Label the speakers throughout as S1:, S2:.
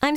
S1: I'm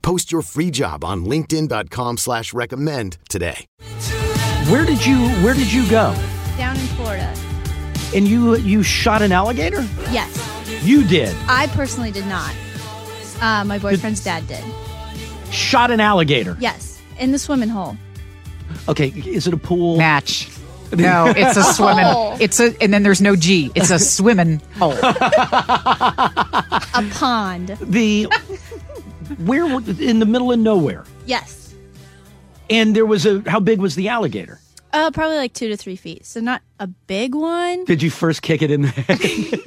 S2: Post your free job on LinkedIn.com slash recommend today.
S3: Where did you Where did you go?
S4: Down in Florida.
S3: And you you shot an alligator?
S4: Yes.
S3: You did.
S4: I personally did not. Uh, my boyfriend's dad did.
S3: Shot an alligator.
S4: Yes. In the swimming hole.
S3: Okay, is it a pool?
S5: Match. No, it's a swimming.
S4: Oh.
S5: It's a, and then there's no G. It's a swimming hole.
S4: A pond.
S3: The where wa- in the middle of nowhere.
S4: Yes.
S3: And there was a how big was the alligator?
S4: Uh, probably like two to three feet. So not a big one.
S3: Did you first kick it in the head?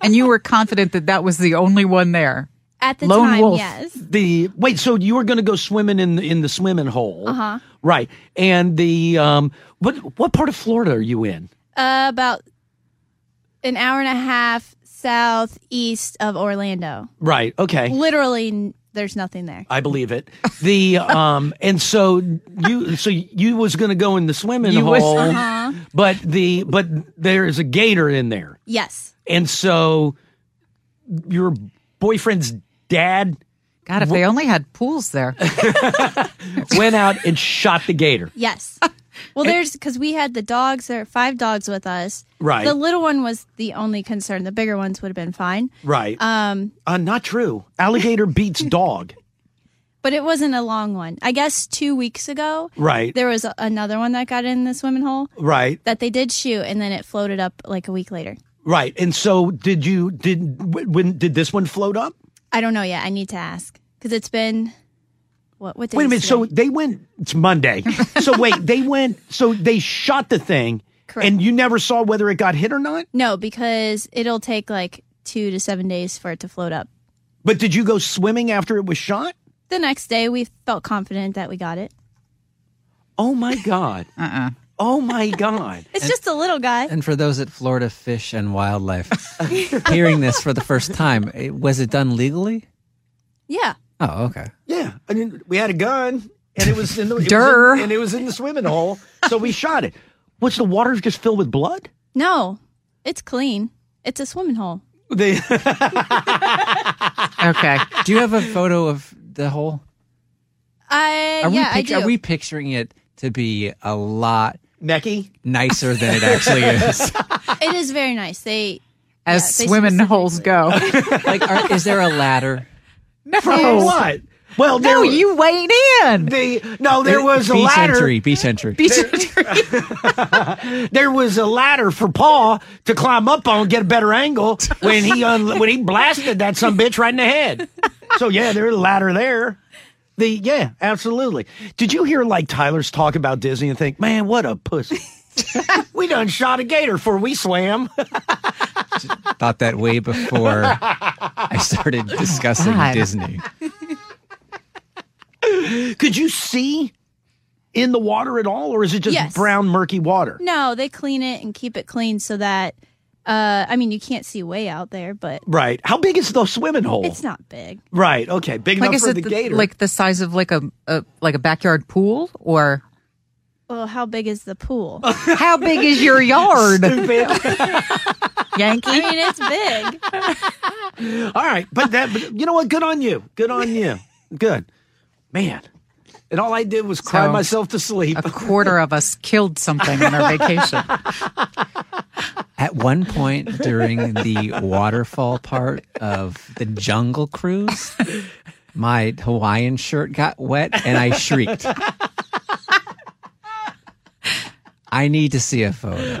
S5: And you were confident that that was the only one there.
S4: At the
S5: Lone
S4: time,
S5: wolf.
S4: yes.
S3: the wait, so you were going to go swimming in the, in the swimming hole, uh-huh. right? And the um, what what part of Florida are you in?
S4: Uh, about an hour and a half southeast of Orlando.
S3: Right. Okay.
S4: Literally, n- there's nothing there.
S3: I believe it. The um and so you so you was going to go in the swimming
S5: You
S3: hole,
S5: was-
S3: but the but there is a gator in there,
S4: Yes.
S3: and so your boyfriend's dad
S5: God, if they only had pools there.
S3: went out and shot the gator.
S4: Yes. Well, there's because we had the dogs. There are five dogs with us.
S3: Right.
S4: The little one was the only concern. The bigger ones would have been fine.
S3: Right.
S4: Um,
S3: Uh, not true. Alligator beats dog.
S4: but it wasn't a long one. I guess two weeks ago,
S3: Right.
S4: there was a- another one that got in the swimming hole
S3: Right.
S4: that they did shoot, and then it floated up like a week later.
S3: Right. And so did you did wh- when did this one float up?
S4: I don't know yet. I need to ask because it's been what? What? Day
S3: Wait a
S4: is
S3: minute.
S4: today?
S3: So they went. It's Monday. So wait, they went. So they shot the thing,
S4: Correct.
S3: and you never saw whether it got hit or not.
S4: no, because it'll take like two to seven days for it to float up.
S3: But did you go swimming after it was shot?
S4: The next day, we felt confident that we got it.
S3: Oh my god. uh uh
S5: Uh-uh.
S3: Oh my god.
S4: It's just a little guy.
S6: And for those at Florida Fish and Wildlife hearing this for the first time, it, was it done legally?
S4: yeah.
S6: Oh, okay.
S3: Yeah. I mean, we had a gun, and it was in the it was in-
S5: Durr.
S3: and it was in the swimming hole. So we shot it. What's the water just filled with blood?
S4: No, it's clean. It's a swimming hole.
S3: They,
S5: Okay.
S6: Do you have a photo of the whole?
S4: I
S6: Are
S4: yeah,
S6: we pict-
S4: I do.
S6: are we picturing it to be a lot
S3: Necky.
S6: nicer than it actually is?
S4: it is very nice. They
S5: As
S4: Yeah, they
S5: swimming holes go.
S6: like, are, is there a ladder?
S3: For
S5: no.
S3: what? Well, there
S5: No,
S3: was-
S5: you weighed in.
S3: the no, there was a
S6: beach
S3: ladder.
S6: entry. Beach entry.
S5: Beach entry.
S3: There was a ladder for Paul to climb up on, get a better angle when he un- when he blasted that some bitch right in the head. So yeah, there's a ladder there. The yeah, absolutely. Did you hear like Tyler's talk about Disney and think, man, what a pussy. we done shot a gator before we swam.
S6: Thought that way before I started discussing
S5: God.
S6: Disney.
S3: Could you see in the water at all, or is it just
S4: Yes.
S3: brown murky water?
S4: no, they clean it and keep it clean so that uh I mean you can't see way out there, but
S3: Right. How big is the swimming hole?
S4: it's not big.
S3: right. Okay. Big
S5: Like
S3: enough
S5: is
S3: for
S5: it
S3: the,
S5: the-
S3: gator.
S5: like the size of like a, a like a backyard pool or
S4: Well, how big is the pool?
S5: how big is your yard,
S3: Stupid.
S4: I
S5: Yankee?
S4: mean, it's big.
S3: All right, but that but you know what? Good on you. Good on you. Good, man. And all I did was cry
S5: So-
S3: myself to sleep.
S5: A quarter of us killed something on our vacation.
S6: At one point during the waterfall part of the jungle cruise, my Hawaiian shirt got wet and I shrieked. I need to see a photo.